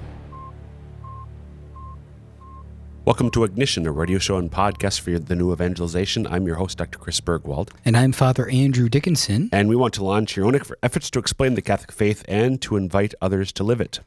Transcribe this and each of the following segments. Welcome to Ignition, a radio show and podcast for the new evangelization. I'm your host, Dr. Chris Bergwald, And I'm Father Andrew Dickinson. and we want to launch Euronic for efforts to explain the Catholic faith and to invite others to live it.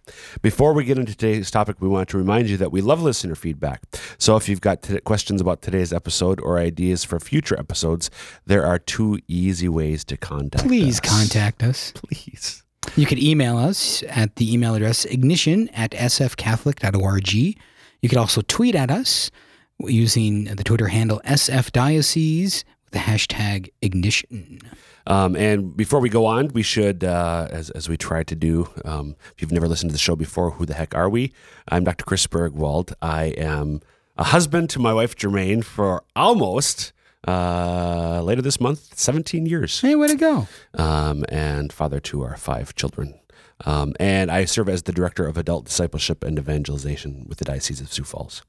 Before we get into today's topic, we want to remind you that we love listener feedback. So if you've got t- questions about today's episode or ideas for future episodes, there are two easy ways to contact us. Please contact us. Please. You could email us at the email address ignition at sfcatholic.org. You could also tweet at us using the Twitter handle sfdiocese with the hashtag ignition. Um, and before we go on, we should, uh, as, as we try to do, um, if you've never listened to the show before, who the heck are we? I'm Dr. Chris Bergwald. I am a husband to my wife, Germaine, for almost uh, later this month, 17 years Hey, way to go. um, and father to our five children. Um, and I serve as the director of adult discipleship and evangelization with the Diocese of Sioux Falls.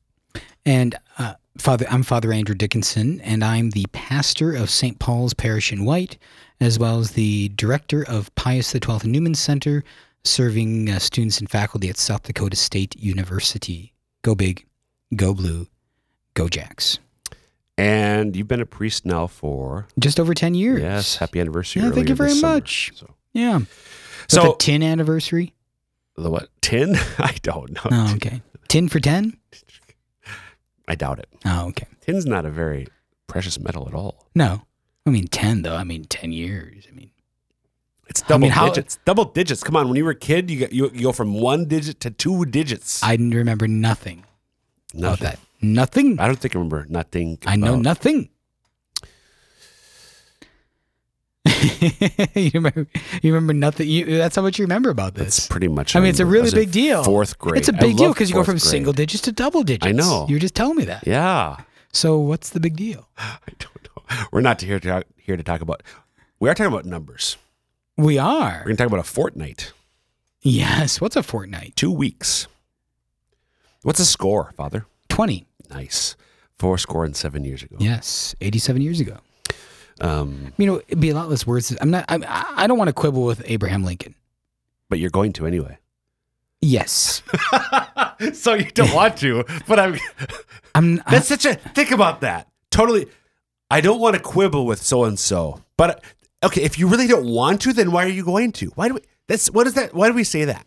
And uh, Father, I'm Father Andrew Dickinson, and I'm the pastor of St. Paul's Parish in White, as well as the director of Pius XII Newman Center, serving uh, students and faculty at South Dakota State University. Go big, go blue, go Jacks. And you've been a priest now for, Just over 10 years. yes, happy anniversary. Yeah, thank you earlier this very summer. much. So, Yeah. So, so the 10 anniversary? the what? Tin? I don't know. Oh, okay. 10 for 10? I doubt it. Oh, okay. Tin's not a very precious metal at all. No. I mean, 10, though. I mean, 10 years. I mean, It's double mean, how- digits. Double digits. Come on, when you were a kid, you, got, you, you go from one digit to two digits. I didn't remember nothing about Nothing. that. Nothing. I don't think I remember nothing. I know about- nothing. you remember? You remember nothing. You, that's how much you remember about That's this. pretty much. I mean, it's a I really was in big deal. Fourth grade. It's a I big deal loved because you go fourth from grade. single digits to double digits. know. You were just telling me that. Yeah. So what's the big deal? I don't know. We're not here to talk, here to talk about. We are talking about numbers. We are. We're going to talk about a fortnight, yes. What's a fortnight? two weeks. What's a score, Father? Twenty. Nice. Four score and seven years ago. Yes. Eighty-seven years ago. Um, You know, it'd be a lot less words. I'm not. I'm, I I don't want to quibble with Abraham Lincoln. but you're going to anyway. Yes. so you don't want to, but I'm. I'm. I- That's such a think about that. Totally. I don't want to quibble with so and so, but okay, if you really don't want to, then why are you going to? Why do we? That's what is that? Why do we say that?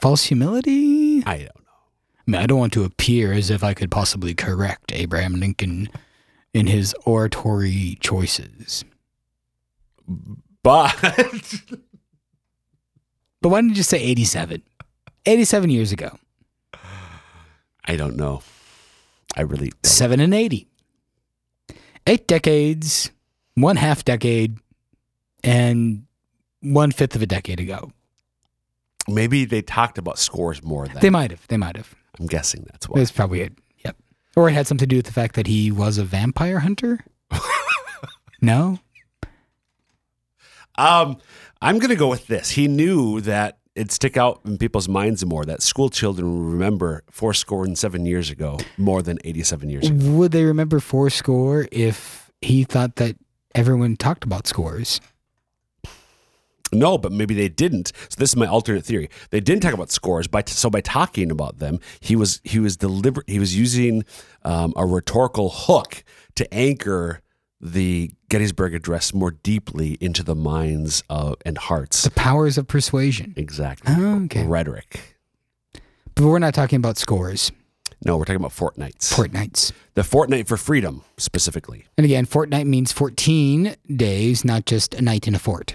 false humility. I don't know. I, mean, I don't want to appear as if I could possibly correct Abraham Lincoln in his oratory choices. But But why didn't you just say 87? 87 years ago. I don't know. I really don't. 7 and 80. Eight decades, one half decade, and one fifth of a decade ago. Maybe they talked about scores more than They might have. They might have. I'm guessing that's why. That's probably it. Yep. Or it had something to do with the fact that he was a vampire hunter? no? Um, I'm gonna go with this. He knew that it'd stick out in people's minds more that school children would remember four score and seven years ago more than 87 years ago. Would they remember four score if he thought that everyone talked about scores? No, but maybe they didn't. So this is my alternate theory. They didn't talk about scores, but so by talking about them, he was he was deliberate. He was using um, a rhetorical hook to anchor the Gettysburg Address more deeply into the minds of, and hearts. The powers of persuasion. Exactly. Oh, okay. Rhetoric. But we're not talking about scores, No, we're talking about fortnights. fortnights. the fortnight for freedom specifically. And again, fortnight means 14 days, not just a night in a fort.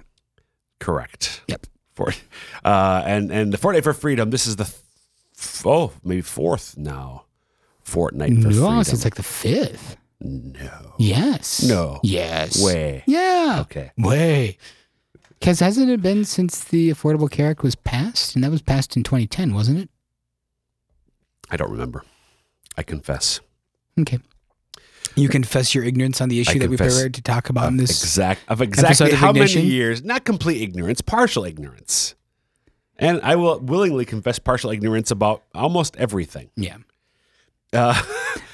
Correct. Yep. Fort. Uh, and and the Fortnite for Freedom. This is the f- oh maybe fourth now. Fortnite for No, Freedom. so it's like the fifth. no Yes. No. Yes. way. Yeah. Okay. Way. Because hasn't it been since the Affordable Care Act was passed? And that was passed in 2010, wasn't it? I don't remember. I confess. Okay. You confess your ignorance on the issue Uh, that we confess prepared to talk about in this. Exact of Episode exactly of how many Ignition? years? Not complete ignorance, partial ignorance. And I will willingly confess partial ignorance about almost everything. yeah. Uh,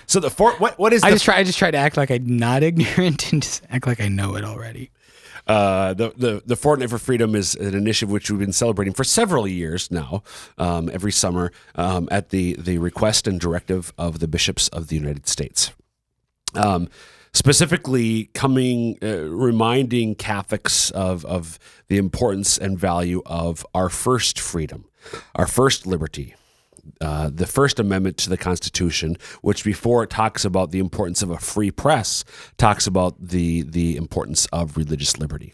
So the four. What what is I the just try. I just try to act like I'm not ignorant and just act like I know it already. Uh, the, the, the Fortnight for Freedom is an initiative which we've been celebrating for several years now, um, every summer, um, at the, the request and directive of the bishops of the United States. Um, specifically, coming, uh, reminding Catholics of, of the importance and value of our first freedom, our first liberty, uh, the First Amendment to the Constitution, which before it talks about the importance of a free press, talks about the the importance of religious liberty.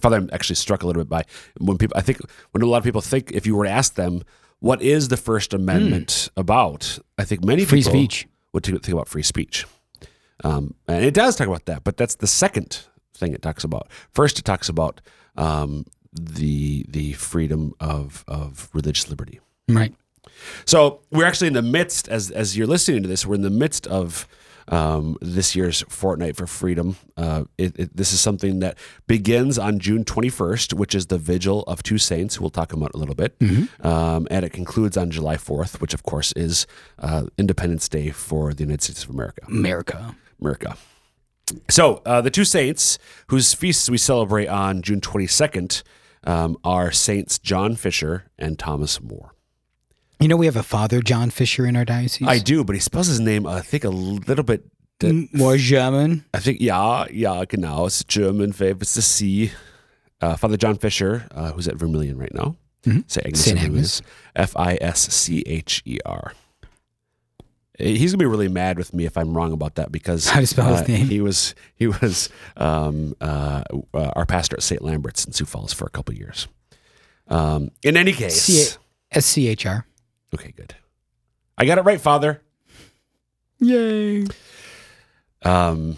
Father, I'm actually struck a little bit by when people. I think when a lot of people think, if you were to ask them, what is the First Amendment about? I think many Hmm. Free people speech. would think think about free speech, um, and it does talk about that. But that's the second thing it talks about. First, it talks about um, the the freedom of of religious liberty. Right. So we're actually in the midst, as as you're listening to this, we're in the midst of um, this year's Fortnight for Freedom. Uh, it, it, this is something that begins on June 21st, which is the Vigil of Two Saints, who we'll talk about in a little bit, um, and it concludes on July 4th, which of course is uh, Independence Day for the United States of America. America. America. So uh, the two saints whose feasts we celebrate on June 22nd um, are Saints John Fisher and Thomas More. You know, we have a Father John Fisher in our diocese. I do, but he spells his name, I think, a little bit. M- more Mm, German. I think, yeah, yeah, genau. It's German, famous to see. Uh, Father John Fisher, uh, who's at Vermilion right now. Say Agnes. Mm-hmm. Saint of Vermilion. F I S C H E R. Eh, He's gonna be really mad with me if I'm wrong about that because How to spell his uh, name. He was he was um, uh, uh, our pastor at St. Lambert's in Sioux Falls for a couple years. Um, in any case, C S C H R. okay, good. I got it right, Father. Yay. Um,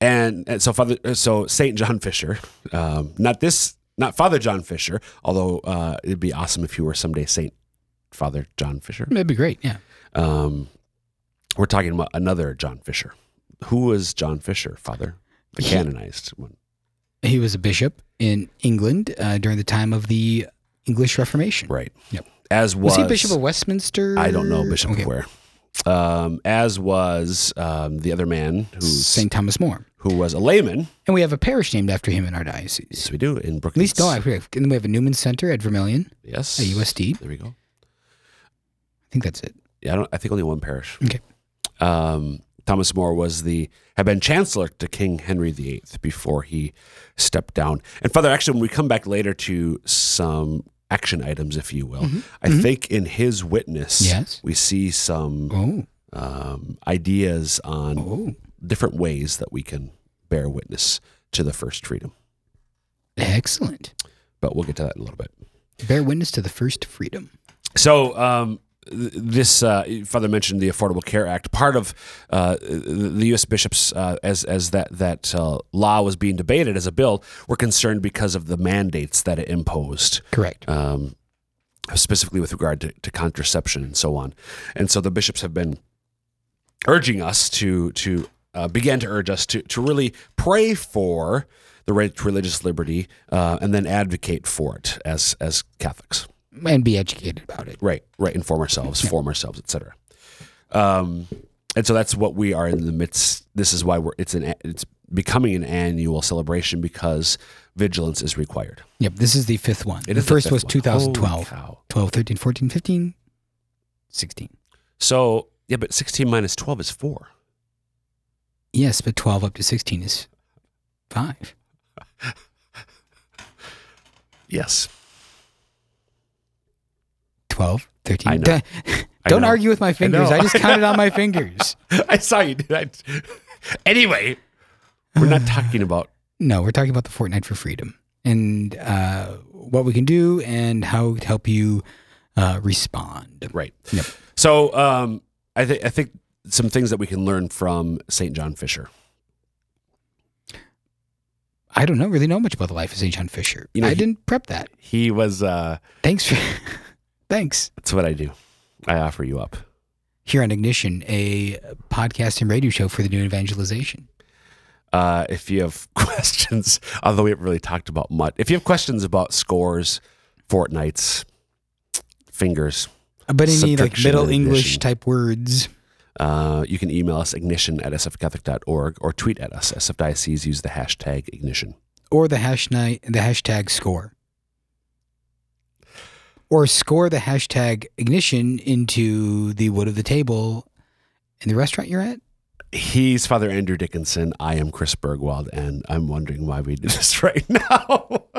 and, and so Father, so Saint John Fisher, um, not this, not Father John Fisher, although uh, it'd be awesome if you were someday Saint Father John Fisher. That'd be great. Yeah. Um, we're talking about another John Fisher. Who was John Fisher, Father? The He- canonized one. He was a bishop in England uh, during the time of the English Reformation. Right. Yep. As was, Was, he Bishop of Westminster? I don't know Bishop Okay. of where. Um, as was um, the other man who St. Thomas More. who was a layman. And we have a parish named after him in our diocese. Yes, we do in At Brooklyn. least, no, I we have, and we have a Newman Center at Vermilion Yes. at USD. I There we go. think that's it. Yeah, I don't. I think only one parish. Okay. Um, Thomas More was the had been chancellor to King Henry VIII before he stepped down. And Father, actually, when we come back later to some action items, if you will, I think in his witness, Mm-hmm. Yes. we see some Oh, um, ideas on oh, different ways that we can bear witness to the first freedom. excellent. But we'll get to that in a little bit. Bear witness to the first freedom. So um, th- this uh, father mentioned the Affordable Care Act. Part of uh, the U.S. bishops, uh, as as that that uh, law was being debated as a bill, were concerned because of the mandates that it imposed Correct. um, specifically with regard to, to contraception and so on. And so the bishops have been urging us to to uh, began to urge us to to really pray for the right to religious liberty uh, and then advocate for it as as Catholics. and be educated about it. Right, right. Inform ourselves, form ourselves, etc. Um, and so that's what we are in the midst. This is why we're it's an it's becoming an annual celebration because vigilance is required. Yep, this is the fifth one. It the is first fifth was one. 2012. Holy cow. 12, 13, 14, 15, 16. So yeah, but sixteen minus twelve is four. Yes, but 12 up to 16 is five. Yes, 12, 13. I know. Don't- Don't know. argue with my fingers. know. I, just counted on my fingers. I saw you do that. anyway, we're not talking about No, we're talking about the Fortnight for Freedom and uh, what we can do and how to help you uh, respond. right. Yep. So um, I think I think some things that we can learn from Saint John Fisher. I don't know really know much about the life of St. John Fisher. You know, I he- didn't prep that. He was. Uh, Thanks for thanks. that's what I do. I offer you up. Here on Ignition, a podcast and radio show for the new evangelization. Uh, if you have questions, although we haven't really talked about much, if you have questions about scores, fortnights, fingers, But any like Subtraction middle and English addition. type words. Uh, you can email us ignition at sfcatholic.org or tweet at us. SFDiocese use the hashtag ignition. or the hash night, the hashtag score, or score the hashtag ignition into the wood of the table in the restaurant you're at. He's Father Andrew Dickinson. I am Chris Bergwald, and I'm wondering why we do this right now.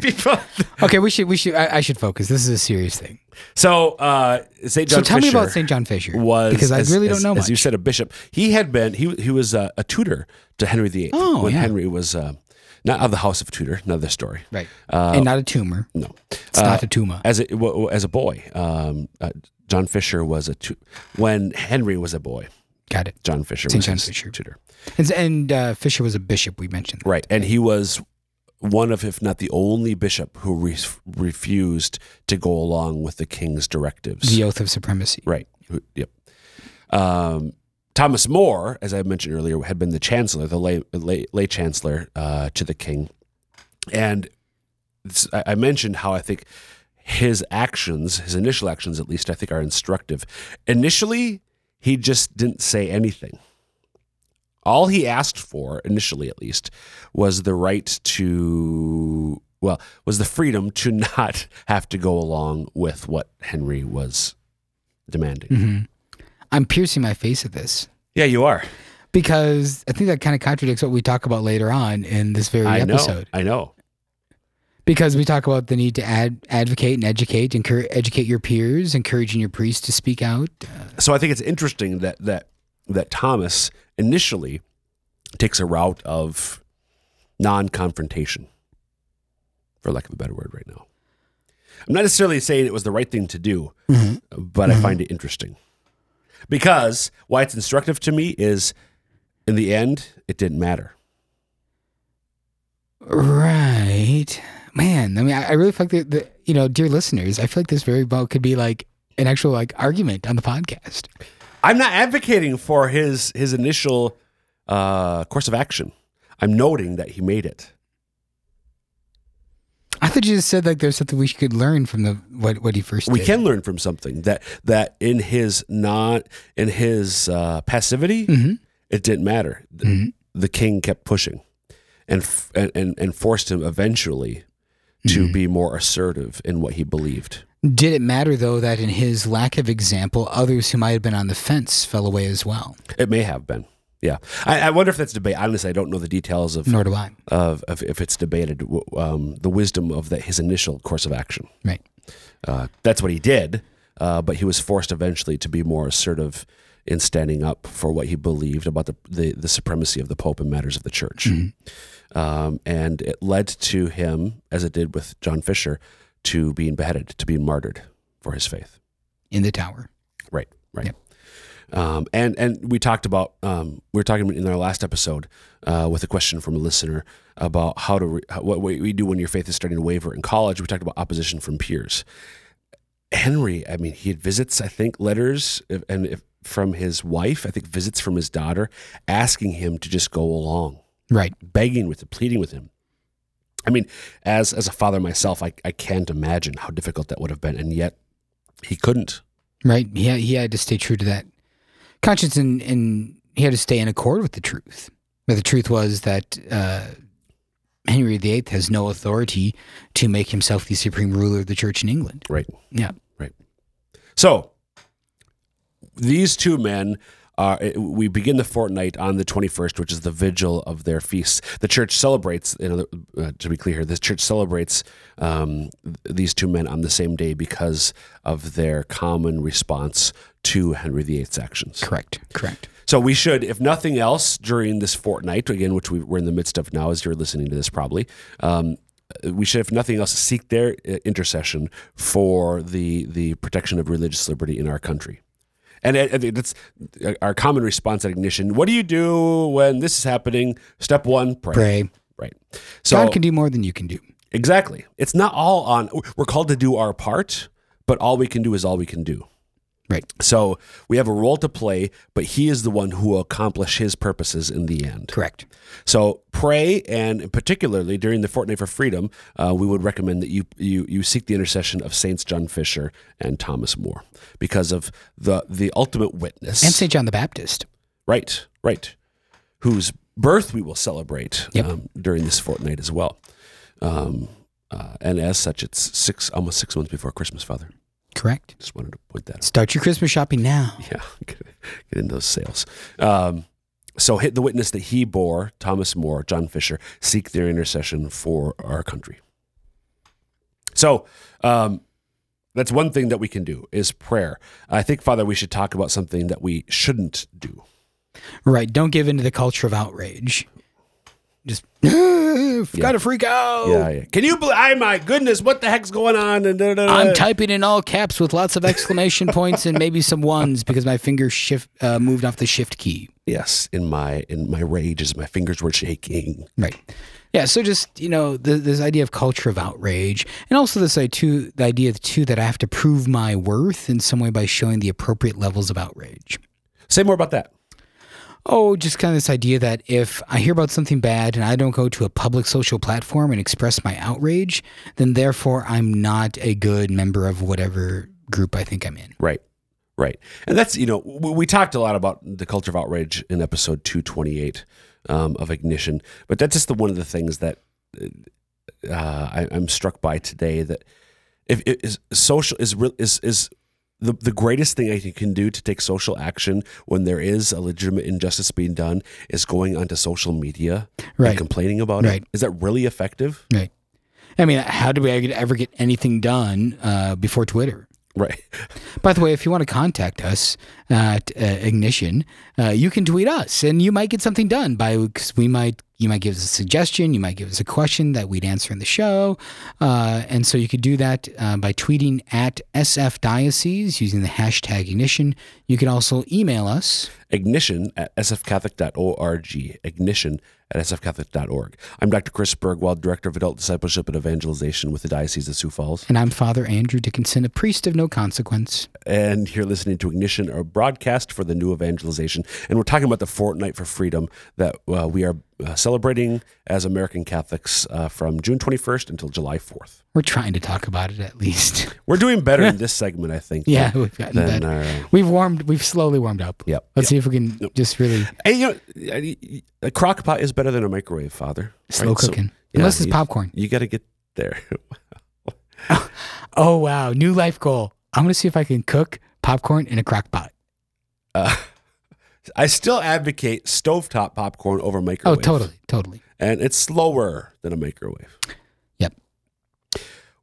People- Okay, we should we should I, I should focus. This is a serious thing. so, uh, St. John so tell me about Fisher- St. John Fisher was because I as- really as- don't know As you much. said, a bishop. He had been he he was a, a tutor to Henry VIII Oh, when yeah. Henry was uh, not of the House of Tudor. Another story. right, Uh, and not a tumor. No, Uh, It's not a tumor. as a w- w- as a boy, um, uh, John Fisher was a tu- when Henry was a boy. Got it. John Fisher St. was John his Fisher. tutor, And, and uh, Fisher was a bishop. We mentioned that. right? And he was one of, if not the only bishop who re- refused to go along with the king's directives. the oath of supremacy. Right. Who- Yep. Um, Thomas More, as I mentioned earlier, had been the chancellor, the lay, lay, lay chancellor uh, to the king. And this, I, I mentioned how I think his actions, his initial actions at least, I think are instructive. Initially, he just didn't say anything. All he asked for, initially at least, was the right to, well, was the freedom to not have to go along with what Henry was demanding. I'm piercing my face at this Yeah, you are. because I think that kind of contradicts what we talk about later on in this very I episode. know. I know. because we talk about the need to ad, advocate and educate, encourage, educate your peers, encouraging your priests to speak out. So I think it's interesting that that that Thomas initially takes a route of non-confrontation, for lack of a better word, right now. I'm not necessarily saying it was the right thing to do, but I find it interesting because why it's instructive to me is, in the end, it didn't matter. Right, man. I mean, I, I really feel like the, the you know, dear listeners, I feel like this very well could be like an actual like argument on the podcast. I'm not advocating for his his initial uh, course of action. I'm noting that he made it. I thought you just said like there's something we could learn from the what what he first we did. can learn from something that that in his not in his uh, passivity it didn't matter the, the king kept pushing and, f- and and and forced him eventually to be more assertive in what he believed Did it matter though that in his lack of example, others who might have been on the fence fell away as well? it may have been yeah i, I wonder if that's debate honestly i don't know the details of Nor do I. of, of if it's debated w- um, the wisdom of that his initial course of action Right. Uh, that's what he did, uh, but he was forced eventually to be more assertive in standing up for what he believed about the the, the supremacy of the Pope in matters of the Church, um, and it led to him, as it did with John Fisher, to being beheaded, to being martyred for his faith. In the tower. Right. Right. Um, and and we talked about um, we were talking in our last episode uh, with a question from a listener about how to re- how, what we do when your faith is starting to waver in college. We talked about opposition from peers. Henry, I mean, he had visits, I think, letters if, and if, from his wife. I think visits from his daughter, asking him to just go along Right. begging with him, pleading with him. I mean, as as a father myself, I, I can't imagine how difficult that would have been, and yet he couldn't. Right. He had, he had to stay true to that conscience and, and he had to stay in accord with the truth. But the truth was that uh, Henry VIII has no authority to make himself the supreme ruler of the church in England. Right. Yeah. So these two men are. eh, We begin the fortnight on the twenty first, which is the vigil of their feast. The church celebrates. You know, uh, to be clear, here, this church celebrates um, th- these two men on the same day because of their common response to Henry VIII's actions. Correct. Correct. So we should, if nothing else, during this fortnight again, which we, we're in the midst of now, as you're listening to this, probably, um, we should, if nothing else, seek their uh, intercession for the the protection of religious liberty in our country. And I- I think that's our common response at ignition. What do you do when this is happening? Step one, pray. Pray. Right. So God can do more than you can do. exactly, it's not all on. We're called to do our part, but all we can do is all we can do. Right. So we have a role to play, but he is the one who will accomplish his purposes in the end. Correct. So pray, and particularly during the Fortnight for Freedom, uh, we would recommend that you, you you seek the intercession of Saints John Fisher and Thomas More because of the the ultimate witness. And St. John the Baptist. right, right, whose birth we will celebrate Yep. um, during this fortnight as well. Um, uh, and as such, it's six almost six months before Christmas. Father, Correct. just wanted to point that out. Start your Christmas shopping now. Yeah, get, get in those sales. Um, so hit the witness that he bore, Thomas More, John Fisher, seek their intercession for our country. So um, that's one thing that we can do is prayer. I think, Father, we should talk about something that we shouldn't do. Right. Don't give into the culture of outrage. Just gotta freak out. Yeah, yeah. Can you believe? I my goodness, what the heck's going on? And da, da, da. I'm typing in all caps with lots of exclamation points and maybe some ones because my finger shift uh, moved off the shift key. yes, in my in my rage, as my fingers were shaking. Right. Yeah. So just you know the, this idea of culture of outrage, and also this idea too, the idea too that I have to prove my worth in some way by showing the appropriate levels of outrage. Say more about that. Oh, just kind of this idea that if I hear about something bad and I don't go to a public social platform and express my outrage, then therefore I'm not a good member of whatever group I think I'm in. Right. Right. And that's, you know, we, we talked a lot about the culture of outrage in episode 228 um, of Ignition, but that's just the one of the things that uh, I, I'm struck by today that if it is social is real is, is the, the greatest thing I think can do to take social action when there is a legitimate injustice being done is going onto social media Right. and complaining about Right. it. Is that really effective? Right. I mean, how did we ever get anything done uh, before Twitter? Right. By the way, if you want to contact us at uh, Ignition, uh, you can tweet us, and you might get something done by because we might you might give us a suggestion, you might give us a question that we'd answer in the show, uh, and so you could do that uh, by tweeting at SF Diocese using the hashtag Ignition. You can also email us. ignition at sfcatholic.org. Ignition at sfcatholic.org. I'm Dr. Chris Bergwald, Director of Adult Discipleship and Evangelization with the Diocese of Sioux Falls. And I'm Father Andrew Dickinson, a priest of no consequence. And you're listening to Ignition, our broadcast for the new evangelization. And we're talking about the Fortnight for Freedom that uh, we are uh, celebrating as American Catholics uh, from June 21st until July 4th. We're trying to talk about it at least. We're doing better in this segment, I think. Yeah, than- we've gotten than better. our- We've warmed. We've slowly warmed up. uh, Yep. Let's see if we can just really Hey, you know, I- I- a crock pot is better than a microwave, Father. slow Right? So- cooking. yeah, Unless it's you- popcorn. You got to get there. Oh wow! New life goal. I'm gonna see if I can cook popcorn in a crock pot. Uh, I still advocate stovetop popcorn over Oh, microwave. totally, totally. And it's slower than a microwave. Yep.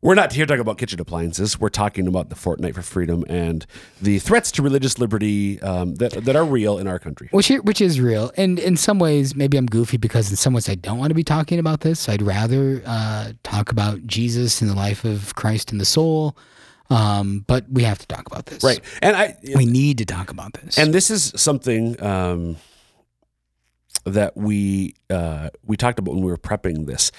We're not here talking about kitchen appliances. We're talking about the Fortnight for Freedom and the threats to religious liberty um, that, that are real in our country. Which i- which is real, and in some ways, maybe I'm goofy because in some ways I don't want to be talking about this. I'd rather uh, talk about Jesus and the life of Christ and the soul. Um, but we have to talk about this, Right. And I We need to talk about this. and this is something um, that we uh, we talked about when we were prepping this.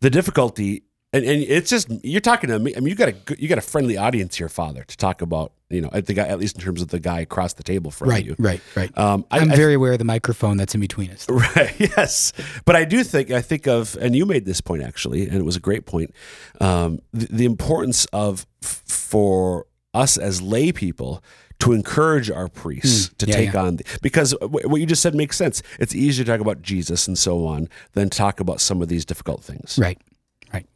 The difficulty, and, and it's just you're talking to me. I mean, you got a good- you got a friendly audience here, Father, to talk about. You know, at the guy, at least in terms of the guy across the table from right, you. right, right. Um, I, I'm I- very aware of the microphone that's in between us. Right. Yes. But I do think I think of, and you made this point actually, and it was a great point. Um, the, the importance of f- for us as lay people to encourage our priests to Mm, yeah, take yeah. on the, because wh- what you just said makes sense. It's easier to talk about Jesus and so on than talk about some of these difficult things. Right, right.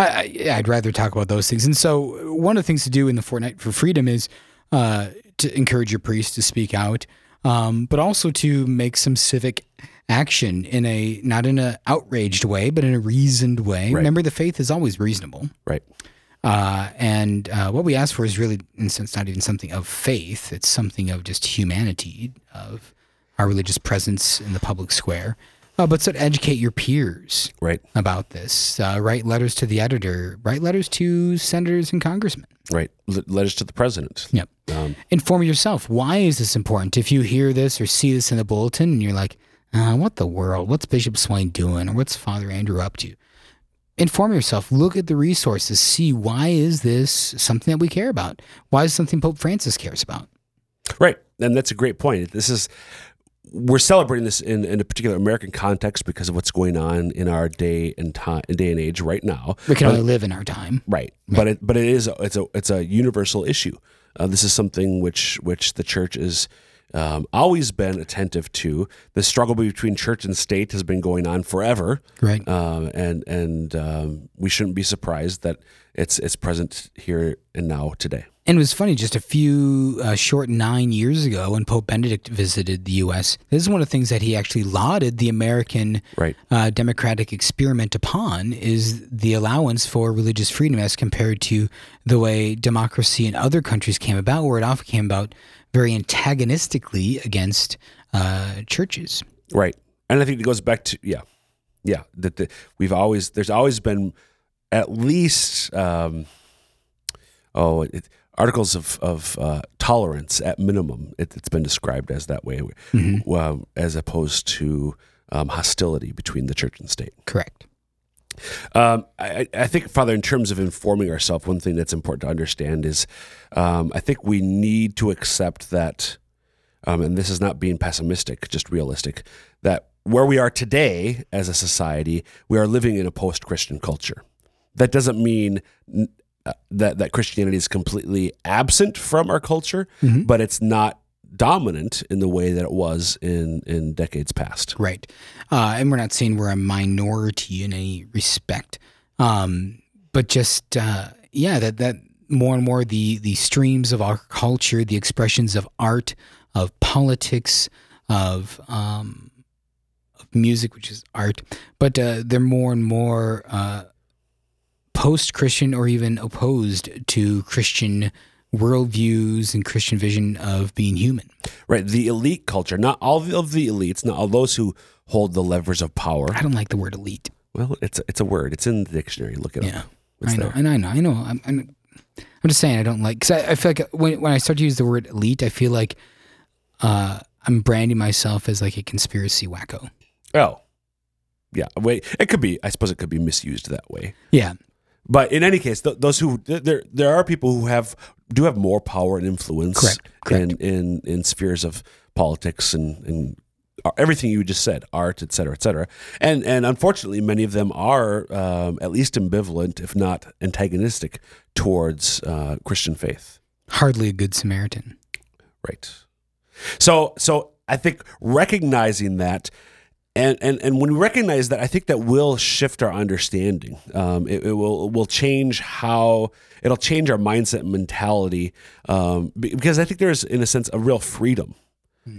I, I, I'd rather talk about those things. And so, uh, one of the things to do in the Fortnight for Freedom is uh, to encourage your priests to speak out, um, but also to make some civic action in a not in a outraged way, but in a reasoned way. Remember, the faith is always reasonable. Right. Uh, and uh, what we ask for is really, in a sense, not even something of faith. It's something of just humanity, of our religious presence in the public square. Uh, but so to educate your peers Right. about this. Uh, write letters to the editor. Write letters to senators and congressmen. Right. L- letters to the president. Yep. Um, Inform yourself. Why is this important? If you hear this or see this in the bulletin and you're like, uh, what the world? What's Bishop Swain doing? Or what's Father Andrew up to? Inform yourself. Look at the resources. See why is this something that we care about? Why is something Pope Francis cares about? and that's a great point. This is we're celebrating this in, in a particular American context because of what's going on in our day and time, day and age right now. We can only live in our time. Right, but it but it is a- it's a it's a universal issue. Uh, this is something which which the church is. Um, always been attentive to the struggle between church and state has been going on forever, Right. um, and and um, we shouldn't be surprised that it's it's present here and now today. And it was funny, just a few uh, short nine years ago when Pope Benedict visited the U.S., this is one of the things that he actually lauded the American Right. uh, democratic experiment upon is the allowance for religious freedom as compared to the way democracy in other countries came about, where it often came about very antagonistically against uh, churches. Right. And I think it goes back to yeah, yeah. That the, we've always there's always been at least um, oh it, articles of of uh, tolerance at minimum. It, it's been described as that way, um, as opposed to um, hostility between the church and state. Correct. Um, I, I think, Father, in terms of informing ourselves, one thing that's important to understand is um, I think we need to accept that, um, and this is not being pessimistic, just realistic, that where we are today as a society, we are living in a post Christian culture. That doesn't mean n- uh, that, that Christianity is completely absent from our culture, but it's not dominant in the way that it was in, in decades past. Right. Uh, and we're not saying we're a minority in any respect. Um, but just, uh, yeah, that, that more and more the, the streams of our culture, the expressions of art, of politics, of, um, of music, which is art, but uh, they're more and more uh, post Christian or even opposed to Christian worldviews and Christian vision of being human. Right, the elite culture. Not all of the elites, not all those who hold the levers of power. I don't like the word elite. Well, it's it's a word. It's in the dictionary. Look it Yeah, up. It's I know, there. and I know, I know. I'm, I'm, I'm just saying I don't like because I, I feel like when when I start to use the word elite, I feel like uh, I'm branding myself as like a conspiracy wacko. Oh, yeah. Wait, it could be. I suppose it could be misused that way. Yeah, But in any case, th- those who th- there there are people who have do have more power and influence Correct, correct. in in in spheres of politics and and everything you just said, art, et cetera, et cetera. And and unfortunately, many of them are um, at least ambivalent, if not antagonistic, towards uh, Christian faith. hardly a good Samaritan. Right. So so I think recognizing that and, and, and when we recognize that, I think that will shift our understanding. Um, it, it will it will change how it'll change our mindset and mentality um, be- because I think there's in a sense a real freedom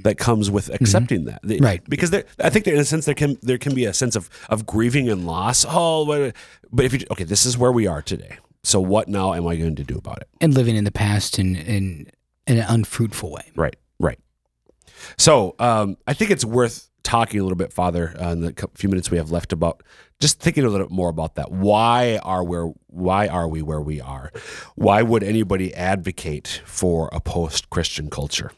that comes with accepting that. The- Right. Because there, I think there, in a sense there can there can be a sense of of grieving and loss. Oh, what- but if you okay, this is where we are today. So what now am I going to do about it? And living in the past in in, in an unfruitful way. Right, right. So um, I think it's worth talking a little bit, Father, uh, in the cou- few minutes we have left about just thinking a little bit more about that. Why are where why are we where we are? Why would anybody advocate for a post-Christian culture?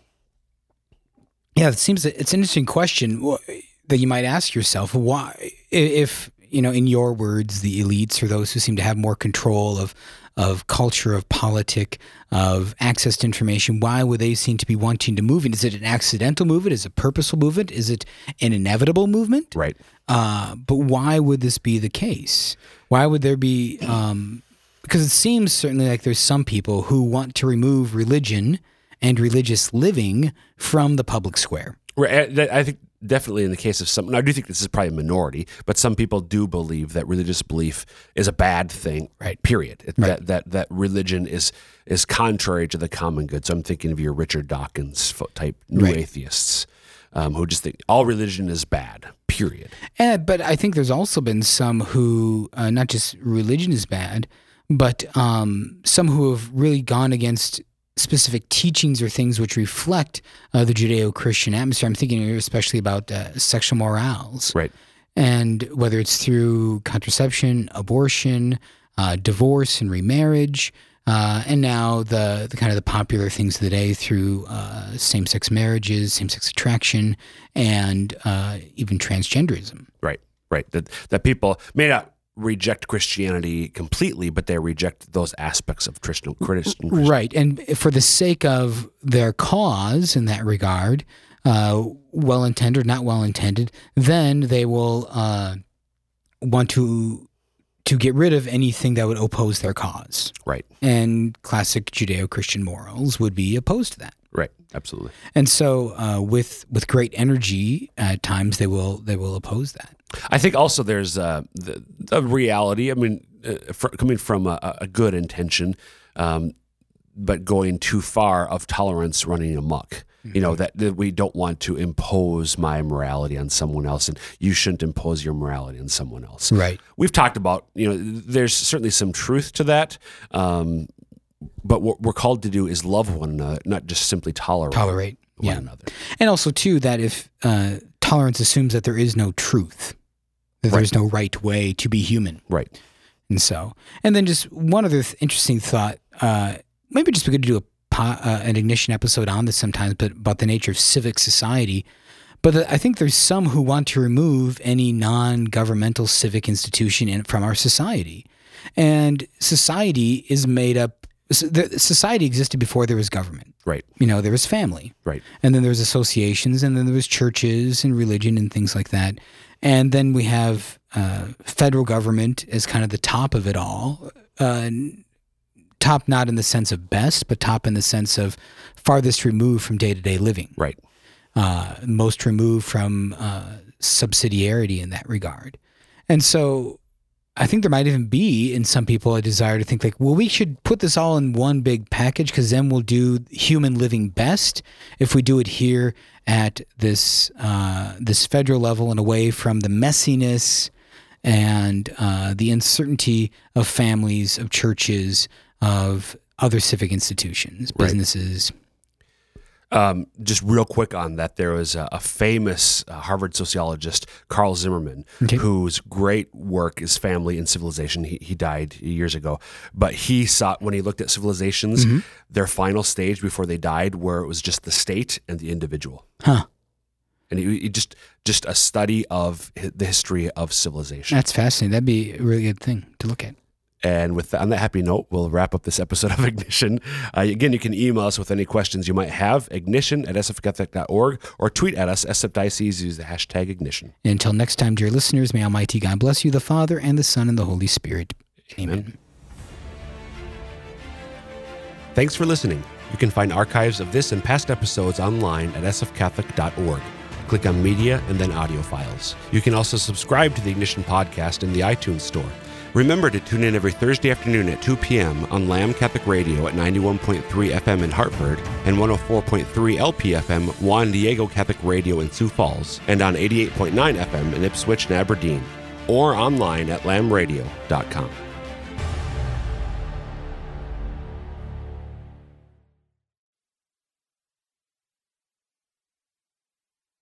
Yeah, it seems that it's an interesting question wh- that you might ask yourself. Why, i- if you know, in your words, the elites or those who seem to have more control of of culture, of politic, of access to information, why would they seem to be wanting to move it? Is it an accidental movement? Is it a purposeful movement? Is it an inevitable movement? Right. Uh, but why would this be the case? Why would there be? Um, because it seems certainly like there's some people who want to remove religion and religious living from the public square. Right. and that- I think definitely in the case of some, and I do think this is probably a minority, but some people do believe that religious belief is a bad thing. Right. Period. It- That that that religion is is contrary to the common good. So I'm thinking of your Richard Dawkins fo- type new Right. atheists um, who just think all religion is bad. Period. Eh, but I think there's also been some who, uh, not just religion is bad, but um, some who have really gone against specific teachings or things which reflect uh, the Judeo Christian atmosphere. I'm thinking especially about uh, sexual morals. Right. And whether it's through contraception, abortion, uh, divorce, and remarriage, uh, and now the, the kind of the popular things of the day through uh, same-sex marriages, same-sex attraction, and uh, even transgenderism. Right. Right. That that people may not reject Christianity completely, but they reject those aspects of Christian Christian. Right. And for the sake of their cause in that regard, uh, well intended, not well intended, then they will uh, want to to get rid of anything that would oppose their cause. Right. And classic Judeo Christian morals would be opposed to that. Right. Absolutely. And so, uh, with with great energy, at times they will they will oppose that. I think also there's uh, the, the reality. I mean, uh, fr- coming from a, a good intention, um, but going too far of tolerance running amok. You Mm-hmm. know that, that we don't want to impose my morality on someone else, and you shouldn't impose your morality on someone else. Right. We've talked about you know there's certainly some truth to that, um, but what we're called to do is love one another, not just simply tolerate Tolerate. one Yeah. another. And also too that if uh, tolerance assumes that there is no truth, that there's no right way to be human, Right. and so and then just one other th- interesting thought. Uh, maybe just we could do a po- uh, an ignition episode on this sometimes, but about the nature of civic society. But the, I think there's some who want to remove any non-governmental civic institution in, from our society, and society is made up. so the- Society existed before there was government. Right. You know, there was family Right. and then there's associations and then there was churches and religion and things like that and then we have uh, federal government as kind of the top of it all uh, n- top not in the sense of best but top in the sense of farthest removed from day-to-day living Right. uh, most removed from uh, subsidiarity in that regard and so I think there might even be in some people a desire to think like, well, we should put this all in one big package because then we'll do human living best if we do it here at this uh, this federal level and away from the messiness and uh, the uncertainty of families, of churches, of other civic institutions, businesses. Um, just real quick on that, there was a, a famous uh, Harvard sociologist, Carl Zimmerman, Okay. whose great work is Family and Civilization. He, he died years ago, but he saw when he looked at civilizations, Mm-hmm. their final stage before they died, where it was just the state and the individual, Huh. and he, he just just a study of hi- the history of civilization. That's fascinating. That'd be a really good thing to look at. And with on that happy note, we'll wrap up this episode of Ignition. Uh, again, you can email us with any questions you might have, ignition at sfcatholic.org, or tweet at us, sfdiocese, use the hashtag ignition. Until next time, dear listeners, may Almighty God bless you, the Father, and the Son, and the Holy Spirit. Amen. Thanks for listening. You can find archives of this and past episodes online at sfcatholic.org. Click on Media and then Audio Files. You can also subscribe to the Ignition Podcast in the iTunes Store. Remember to tune in every Thursday afternoon at 2 p.m. on Lamb Catholic Radio at 91.3 FM in Hartford and 104.3 LPFM Juan Diego Catholic Radio in Sioux Falls and on 88.9 FM in Ipswich and Aberdeen or online at lambradio.com.